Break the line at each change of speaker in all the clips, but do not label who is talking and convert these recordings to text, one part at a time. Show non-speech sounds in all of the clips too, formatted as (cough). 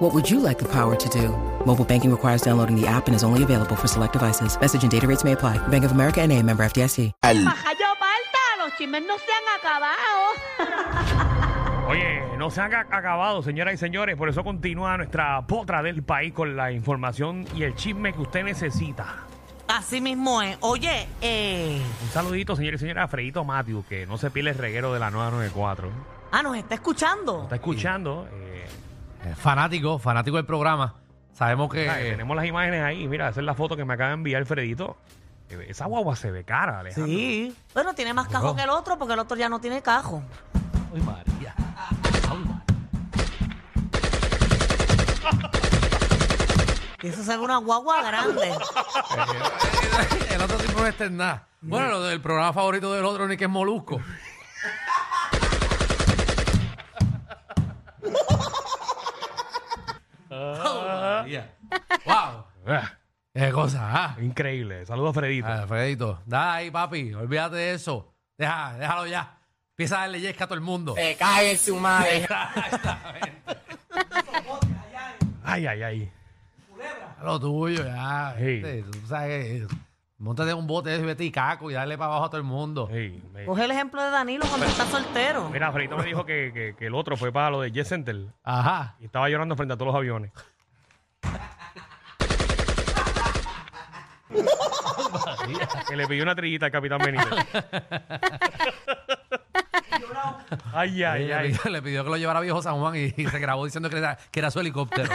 What would you like the power to do? Mobile banking requires downloading the app and is only available for select devices. Message and data rates may apply. Bank of America and a member FDIC.
Al-
Majayo Balta, los chismes no se han acabado.
Oye, no se han ac- acabado, señoras y señores. Por eso continúa nuestra potra del país con la información y el chisme que usted necesita.
Así mismo es. Oye, eh...
Un saludito, señores y señores, a Fredito Matthew, que no se pierde el reguero de la 994.
Ah, nos está escuchando.
Está escuchando. eh,
Eh, fanático, fanático del programa. Sabemos que.
ay, tenemos las imágenes ahí. Mira, esa es la foto que me acaba de enviar Fredito. Eh, Esa guagua se ve cara, Alejandro.
Sí. Bueno, tiene más cajo que el otro porque el otro ya no tiene cajo.
Ay, María.
Y eso se ve una guagua grande.
(laughs) el otro tipo no está en nada. Bueno, lo del programa favorito del otro ni que es Molusco. Ay, María. ¡Wow!
Ah,
¡Qué cosa! ah.
increíble. Saludos, Fredito.
Ah, Alfredito, da ahí, papi. Olvídate de eso. Deja, déjalo ya. Empieza a darle yesca a todo el mundo.
Se cae en su madre.
Ay, ay, ay.
Lo tuyo, ya.
Sí.
este, tú sabes, que- montate en un bote de vete y caco y dale para abajo a todo el mundo.
Sí, me-
Coge el ejemplo de Danilo cuando está soltero.
Mira, Fredito me dijo que, que- que el otro fue para lo de Jet Center
Ajá.
y estaba llorando frente a todos los
(laughs)
aviones. que le pidió una trillita al capitán Benítez. ay, ay,
Ella
ay.
le pidió- le pidió que lo llevara a viejo San Juan y, y se grabó diciendo que era, que era
(laughs)
su helicóptero.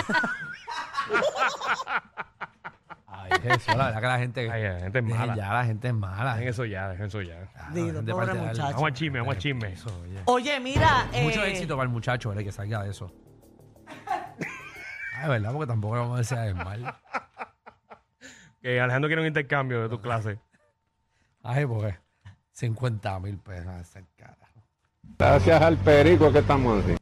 Ay, Jesús, la verdad que la gente.
Ay, la gente es
Dejen
mala.
Ya, la gente es mala.
Dejen eso ya, dejen eso ya.
Ah,
Digo,
la gente
pobre
parte de alma.
muchacho.
Vamos al chisme, vamos al chisme.
Oye, mira. eh,
Mucho éxito para el muchacho, ¿verdad? Que salga de
(laughs)
eso. Ay, ¿verdad? Porque tampoco le vamos a decir a mal.
Que Alejandro quiere un intercambio de tus clases.
Ay, porque 50 mil pesos a esa cara.
Gracias al perico que estamos así.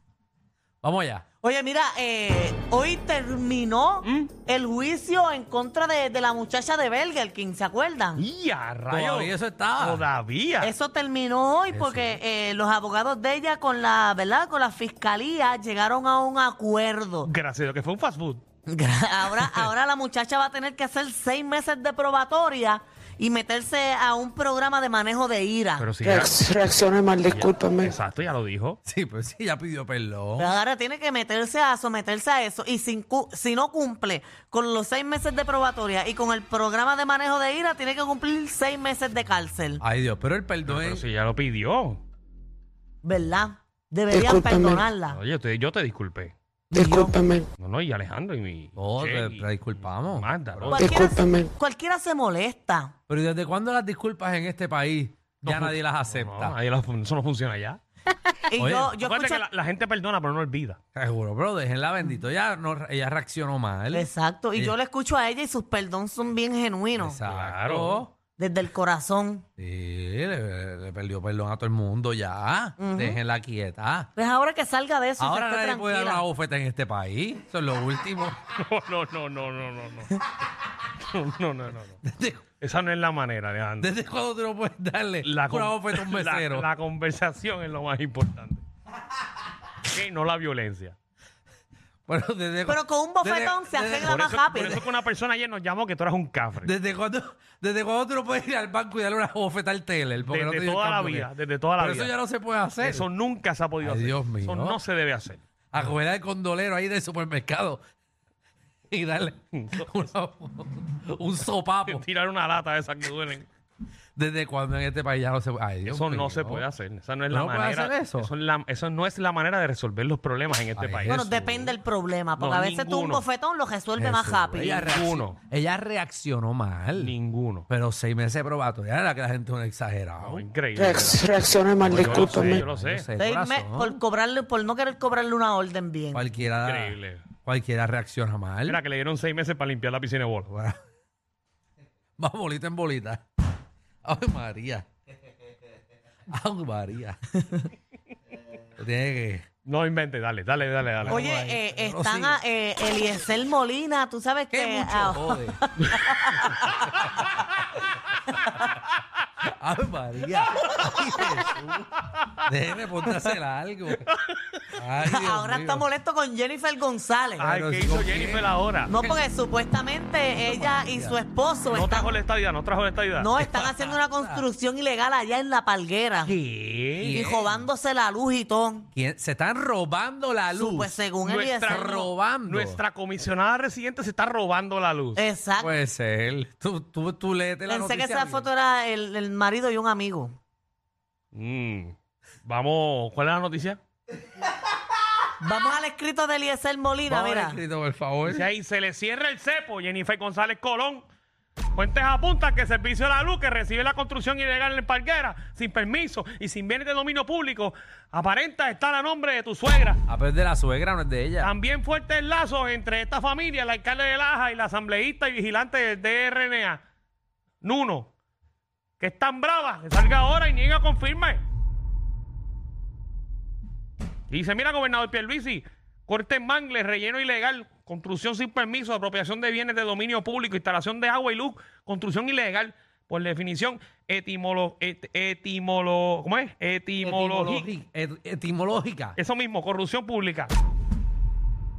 Vamos allá.
Oye, mira, eh, hoy terminó
¿Mm?
el juicio en contra de, de la muchacha de Belger, ¿quién se acuerdan?
¡Y a rayos!
Todavía eso está.
Todavía.
Eso terminó hoy porque eh, los abogados de ella con la, ¿verdad? Con la fiscalía llegaron a un
(laughs)
acuerdo.
Gracias a Dios que fue un fast food.
Ahora, ahora la muchacha va a tener que hacer seis meses de probatoria y meterse a un programa de manejo de ira.
Pero si ya-
Reacciones mal, discúlpame.
Exacto, ya lo dijo.
Sí, pues sí, ya pidió perdón.
Pero ahora tiene que meterse a someterse a eso y sin cu- si no cumple con los seis meses de probatoria y con el programa de manejo de ira tiene que cumplir seis meses de cárcel,
Ay, Dios, pero el perdón
Pero
es.
si ya lo pidió.
¿verdad? Deberían
Discúlpame.
perdonarla.
Oye, te- yo te disculpé.
Discúlpame.
No, no, y Alejandro y mi.
No,
Che,
Oh, te,
y-
te disculpamos.
Manda, ¿no?
Cualquiera se-
Discúlpame.
cualquiera se molesta.
Pero ¿y desde cuándo las disculpas en este país ya
No,
nadie las
No,
acepta?
ahí la- eso no funciona ya.
Y
Oye,
yo, yo escuché-
Acuérdate que la, la gente perdona, pero no olvida. (laughs)
Seguro, pero déjenla bendito. Ella, no, ella reaccionó mal.
Exacto, y
Sí.
yo le escucho a ella y sus perdón son bien genuinos,
Exacto.
Claro.
desde el corazón.
Sí, le, le perdió perdón a todo el mundo ya. Déjenla quieta.
Pues ahora que salga de eso, y
Ahora
que esté
nadie puede dar una
tranquila.
bofeta en este país. Eso es lo último. (laughs)
No, no, no, no, no, no. No, (laughs) no, no, no. no.
¿Desde,
Esa no es la manera, Alejandro.
desde cuándo tú no puedes darle
con-
una bofeta a un
(laughs) la-
mesero?
La, conversación es lo más importante. Sí, no la violencia.
Bueno, desde-
Pero con un bofetón se
desde-
arregla
Por
más
eso, por
rápido.
eso que una persona ayer nos llamó que tú eras un cafre.
¿Desde cuándo, ¿Desde cuándo tú no puedes ir al banco y darle una bofeta al teller? Porque no
Desde
te dio el
toda la
cambio que-
vida, desde toda la
Pero
vida.
eso ya no se puede hacer.
Eso nunca se ha podido
Ay,
hacer.
Dios mío.
Eso no se debe hacer.
A coger al condolero ahí del supermercado (laughs)
(laughs)
y darle una- un sopapo.
Tirar una lata de esas que duelen.
¿Desde cuándo en este país ya no se puede? Ay, Dios
Eso no
mío.
se puede hacer. Esa no es la
¿No puede
manera.
hacer eso?
es la- eso no es la manera de resolver los problemas en este
Ay,
país.
Bueno,
Eso.
depende del problema, porque a
No,
veces tú un
ninguno.
bofetón lo resuelve
Eso,
más rápido.
Ella, reacc-
Ninguno.
ella reaccionó mal.
Ninguno.
Pero seis meses de probatoria era que la gente no era exagerada.
No, Oh, increíble.
Reacc- Reacciones mal,
Yo lo sé, yo
discúlpame.
lo
Yo
sé.
sé,
Seis
corazón.
meses por cobrarle, por no querer cobrarle una orden bien.
Cualquiera,
Increíble.
cualquiera reacciona mal.
Mira, que le dieron seis meses para limpiar
(laughs)
la piscina de bola.
Bueno, Vamos bolita en bolita. Ay, María. Au,
(laughs)
María. Tiene que.
No invente, dale, dale, dale, dale.
Oye,
Vamos ahí,
eh,
pero
están
sí.
a, eh, Eliezer Molina, tú sabes
¡Qué
que...
mucho
ah, (laughs)
jode! (laughs) ¡Ay,
(laughs)
María! ¡Ay, Jesús! Déjeme pontársela algo. Ay, Dios
ahora
mío.
está molesto con Jennifer González.
Ay,
pero
¿qué
si
hizo
conviene.
Jennifer ahora?
No,
No,
porque supuestamente ella y su esposo
trajo
están,
la estadidad, no trajo la estadidad.
no, están haciendo una construcción ilegal allá en La Palguera
¿Qué?
y robándose la luz y todo.
¿Quién? Se están robando la luz.
Pues según
Nuestra,
Eliezer...
ro- robando.
nuestra comisionada residente se está robando la luz.
Exacto.
Puede ser. Tú, tú, tú léete la
Pensé que
noticia
esa
bien.
foto era el, el marido y un amigo.
Mm. Vamos, ¿cuál es la noticia?
Vamos al escrito de Eliezer Molina,
Vamos a ver,
mira.
escrito, por favor.
Dice ahí, se le cierra el cepo, Jennifer González Colón. Fuentes apuntan que el Servicio de la Luz, que recibe la construcción ilegal en Parguera, sin permiso y sin bienes de dominio público, aparenta estar a nombre de tu suegra.
A ver, de la suegra, no Ah, es de ella.
También fuertes lazos entre esta familia, el alcalde de Laja y la asambleísta y vigilante del DRNA, Nuno, que es tan brava, que salga ahora y niega confirme. Y dice, mira, gobernador Pierluisi, corte en mangle, relleno ilegal, construcción sin permiso, apropiación de bienes de dominio público, instalación de agua y luz, construcción ilegal, por definición, etimolo, et- etimolo, ¿cómo es? Etimológica.
Etimológica. Et- etimológica.
Eso mismo, corrupción pública.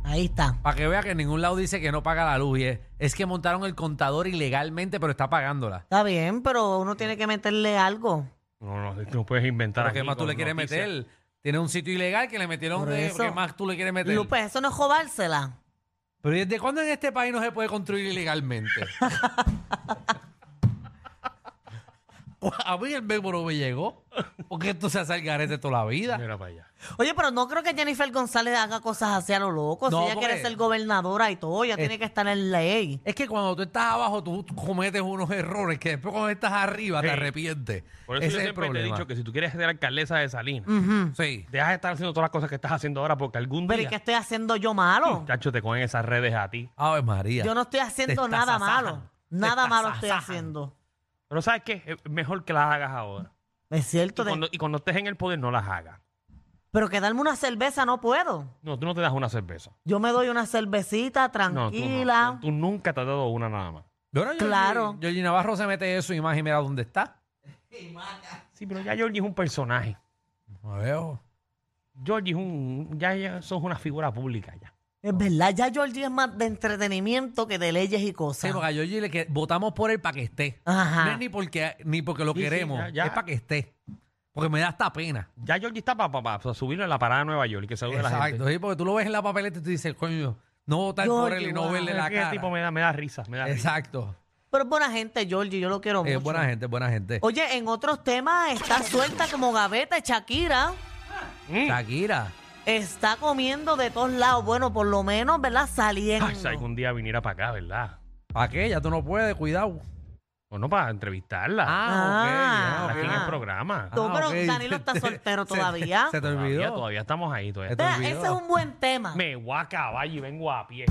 Ahí está.
Para que vea que en ningún lado dice que no paga la luz. y es, es que montaron el contador ilegalmente, pero está pagándola.
Está bien, pero uno tiene que meterle algo.
No, no, tú no puedes inventar.
¿Pero qué
aquí
más tú
con
le quieres
noticias.
meter? Tiene un sitio ilegal que le metieron
Por
de...
eso.
¿Qué más tú le quieres meter?
Lupe, pues, eso no es robársela.
Pero ¿desde cuándo en este país no se puede construir
(laughs)
ilegalmente? Pues, A mí el memo no me llegó. Porque esto se hace al garete toda la vida.
Mira para allá.
Oye, pero no creo que Jennifer González haga cosas así a lo loco.
No,
si ella
porque-
quiere ser gobernadora y todo, ella tiene que estar en ley.
Es que cuando tú estás abajo, tú cometes unos errores que después cuando estás arriba te
Sí.
arrepientes.
Por eso
Ese
yo
es el
siempre te he
problema.
dicho que si tú quieres ser alcaldesa de Salinas,
Sí.
dejas de estar haciendo todas las cosas que estás haciendo ahora porque algún
Pero ¿y
día,
qué estoy haciendo yo malo?
chacho, te cogen esas redes a ti.
Ave María.
Yo no estoy haciendo nada
estasajan.
malo.
Te
Nada malo estoy
estasajan.
haciendo.
Pero ¿sabes qué? Es mejor que las hagas ahora.
Es
Y
cierto. de-
cuando, y cuando estés en el poder, no las hagas.
Pero quedarme una cerveza no puedo.
No, tú no te das una cerveza.
Yo me doy una cervecita
No, tú, no.
tranquila.
Tú nunca te has dado una nada más.
Bueno, Georgie-
Claro.
Georgie Navarro se mete eso y más y mira dónde está.
Sí, pero ya Georgie es un personaje.
No veo.
Georgie es un... Ya, ya sos una figura pública ya.
Es verdad, ya Georgie es más de entretenimiento que de leyes y
Sí,
cosas.
porque a Georgie le que, votamos por él para que esté.
Ajá.
No es ni porque, ni porque lo
Sí, sí,
queremos,
ya, ya.
es para que esté. Porque me da hasta pena.
Ya Georgie está para subirlo en la parada de Nueva York y que salude a la gente.
Exacto, sí, porque tú lo ves en la papeleta y tú dices, coño, no votar por
Georgie,
él y no
wow.
verle
Ah, Es
la
que ese
cara.
tipo me da, me da risa, me da risa.
Exacto.
Pero es buena gente, Georgie, yo lo quiero
Es
mucho.
buena gente, buena gente.
Oye, en otros temas está suelta como gaveta Shakira.
Shakira.
Está comiendo de todos lados. Bueno, por lo menos, ¿verdad? Saliendo.
Ah,
Ay, Ah, si algún día viniera para acá, ¿verdad?
¿Para qué? Ya tú no puedes, cuidado.
O no, para entrevistarla.
Ah,
ok,
aquí
ya,
en
ok.
el programa. Ah,
Tú, pero Danilo está
(laughs) Se-
soltero
se-
todavía.
Se te
Todavía,
olvidó.
todavía estamos ahí. Todavía.
Se te
Vea,
olvidó.
ese es un buen tema.
Me voy a caballo y vengo a pie.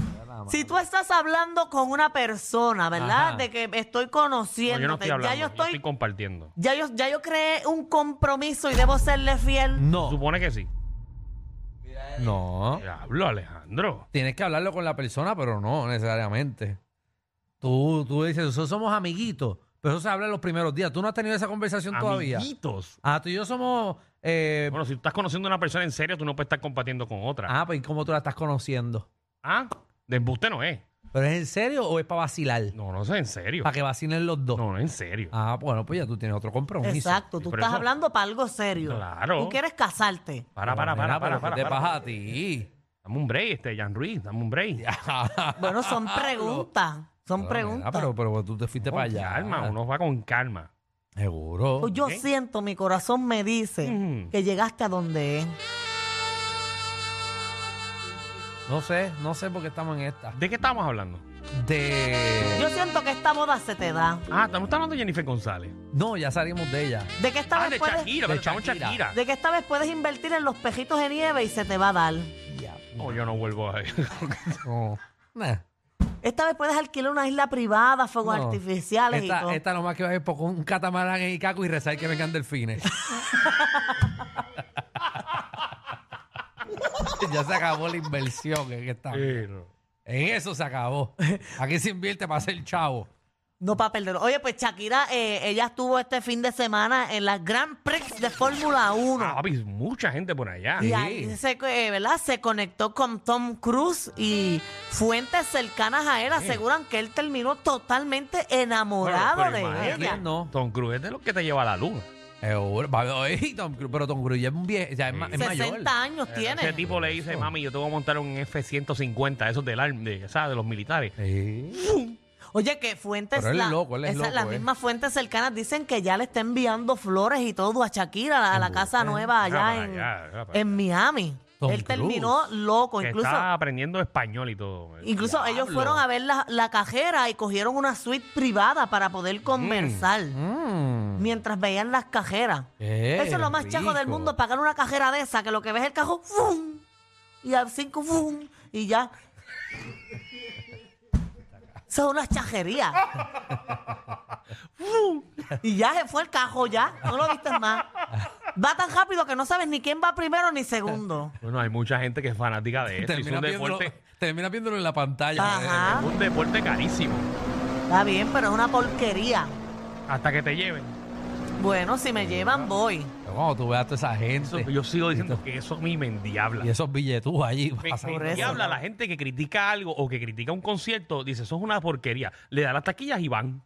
Si tú estás hablando con una persona, ¿verdad?
Ajá.
De que estoy
No,
conociéndote.
yo no estoy hablando,
ya yo estoy,
compartiendo.
ya yo, ya yo creé un compromiso y debo serle fiel.
No,
Supone que sí.
no.
Diablo, Alejandro.
Tienes que hablarlo con la persona, pero no necesariamente. Tú, tú dices, nosotros somos amiguitos, pero eso se habla en los primeros días. Tú no has tenido esa conversación todavía.
Amiguitos.
Ah, tú y yo somos... eh,
Bueno, si tú estás conociendo a una persona en serio, tú no puedes estar compartiendo con otra.
ah, pues ¿y ¿cómo tú la estás conociendo?
Ah, de embuste no es.
¿Pero es en serio o es para vacilar?
No, no es en serio.
Para que vacilen los dos.
No, no es en serio.
Ah, bueno, pues ya tú tienes otro compromiso.
Exacto, tú
Por
estás
eso-
hablando para algo serio.
Claro.
Tú quieres casarte.
Para, para, para,
Nena,
para,
pero
para,
¿qué te
para.
pasa a ti?
Dame un break, este, Jan Ruiz, dame un break.
Bueno, (laughs)
(laughs)
son preguntas. Son
Pero,
preguntas.
nena, Pero, pero tú te fuiste
con
para allá.
calma, uno va con calma.
Seguro.
Pues yo
¿ok?
siento, mi corazón me dice
Ujú.
que llegaste a donde es.
No sé, no sé por qué estamos en esta.
¿De qué estamos hablando?
Yo
De...
siento que esta boda se te da.
Ah, estamos estamos hablando de Jennifer González.
No, ya salimos de ella.
De que esta
Ah,
vez
de
puedes,
Shakira,
de
pero estamos en
Shakira.
Shakira.
de que esta vez puedes invertir en los pejitos de nieve y se te va a dar.
No, yo no vuelvo a
No. Nah.
Esta vez puedes alquilar una isla privada, fuegos
No.
artificiales y todo.
Esta, esta lo más que va a ir por un catamarán en Icaco y rezar que vengan delfines. (laughs) ya se acabó la inversión en esta.
Ah, Sí, no.
En eso se acabó. Aquí se invierte para ser chavo.
No para perderlo. Oye, pues Shakira, eh, ella estuvo este fin de semana en la Grand Prix de Fórmula 1.
Ah, papi, mucha gente por allá.
Ah,
Y ahí se, eh, ¿verdad? se conectó con Tom Cruise y fuentes cercanas a él aseguran que él terminó totalmente enamorado
Pero- pero
de
imagínate,
ella.
No.
Tom Cruise es de los que te lleva a la luna.
Seguro. Va- oye, Tom Cruise- Pero Tom Cruise ya es, un vie- ya es, ma- es
60
mayor.
años
Ese
tiene.
tipo le dice, mami, yo te voy a montar un F-150, esos del ARM, de, ¿sabes? de los militares.
Sí.
Oye, que fuentes,
Pero él es loco, él es
esas- las
loco, eh.
mismas fuentes cercanas dicen que ya le está enviando flores y todo a Shakira, a la, a la casa nueva
Ah,
allá
para
en,
allá, ah, para
en Miami.
Tom
él
Cruise.
terminó loco,
Que
incluso...
está aprendiendo español y todo.
Incluso ellos fueron a ver la, la cajera y cogieron una suite privada para poder conversar
Mm. Eh,
mientras veían las cajeras.
Qué
Eso es lo más chajo del
rico.
mundo, pagar una cajera de esa, que lo que ves es el cajón, ¡fum! Y al cinco, ¡fum! Y ya. Eso es una chajería. ¡Fum! y ya se fue el cajón, ya. No lo viste más. Va tan rápido que no sabes ni quién va primero ni segundo.
Bueno, hay mucha gente que es fanática (laughs) de eso. y Es
Termina
un
viéndolo,
deporte,
termina viéndolo en la pantalla.
Ajá.
un deporte carísimo.
Está bien, pero es una porquería.
Hasta que te lleven.
Bueno, si me llevan, voy.
Pero Cuando tú veas a toda esa
Eso-
gente
yo sigo diciendo que eso a mí me endiabla.
y esos billetús allí.
Me
pasando.
por eso,
endiabla
¿no?
la gente que critica algo o que critica un concierto. Dice, eso es una porquería. Le da las taquillas y van.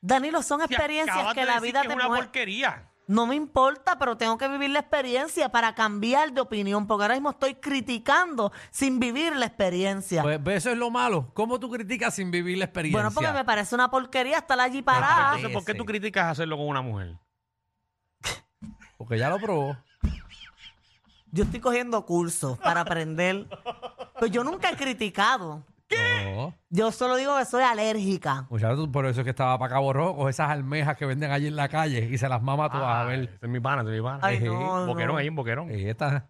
Danilo, son
Te
experiencias
acabas
que
de
la
decir
vida
que
te
es una
mueve.
porquería.
No me importa, pero tengo que vivir la experiencia para cambiar de opinión, porque ahora mismo estoy criticando sin vivir la experiencia.
Pues ve, eso es lo malo. ¿Cómo tú criticas sin vivir la experiencia?
bueno, porque me parece una porquería estar allí
Ah,
parada.
Entonces, ¿por qué
ese.
tú criticas hacerlo con una mujer?
Porque ya lo probó.
Yo estoy cogiendo cursos para aprender. Pues yo nunca he criticado.
No.
Yo solo digo que soy alérgica.
Muchachos, tú por eso es que estaba para Cabo Rojo, coge esas almejas que venden allí en la calle y se las mama todas.
Ah.
a
Ay,
ver,
ese es mi pana, ese es mi pana.
Ay, no,
boquerón,
no.
ahí en boquerón.
Eh, esta-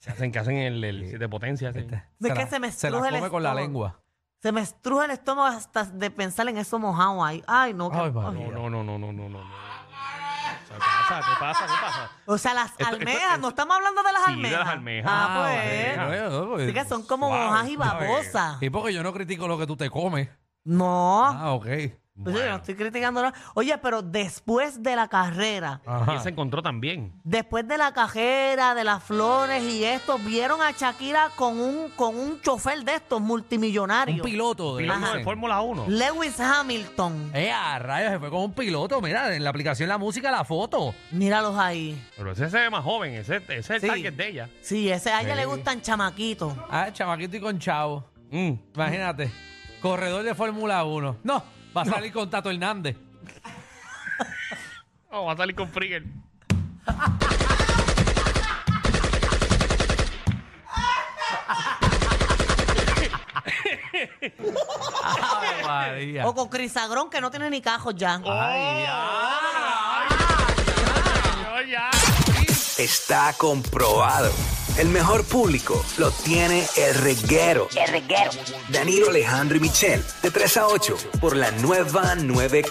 Se hacen que hacen el, el siete potencias. sí.
Es que
la-
se me
se las
estruje el
come con la
estómago.
lengua.
Se me estruja el estómago hasta de pensar en eso mojado ahí. Ay, no. qué-
Ay, María.
No, no, no, no, no, no, no. no. ¿Qué pasa? ¿Qué pasa? ¿Qué pasa?
O sea, las
esto-
almejas.
esto-
no estamos hablando de las
Sí, de
almejas.
las almejas.
Ah,
Ah,
pues.
bueno.
bueno, bueno, pues,
Sí que son como
Suave,
hojas y
suave.
babosas.
Y porque yo no critico lo que tú te comes.
No.
Ah, ok.
Pues yo no estoy criticando nada. Oye, pero después de la carrera,
Y él
Ajá.
se encontró también.
después de la cajera, de las flores y esto, vieron a Shakira con un, con un chofer de estos
Un
multimillonarios.
piloto. de
Piloto de
Lexus.
Fórmula 1.
Lewis Hamilton.
Eh, a rayos, se fue con un piloto. Mira, en la aplicación la música, la foto.
Míralos ahí.
Pero ese se ve más joven, ese, ese es el
Sí.
target de ella.
Sí, ese, a ella
Sí.
le gustan chamaquitos.
Ah, chamaquito y con chavo.
Mm.
Imagínate. Corredor de Fórmula 1. No, va a salir con Tato Hernández.
Oh, va a salir con Frigger.
Ay, María.
O con Crisagrón, que no tiene ni cajos ya.
Ah, Ay,
Yo ya.
Está comprobado. El mejor público lo tiene el reguero. El reguero. Danilo Alejandro y Michel, de 3 a 8, por la nueva 94.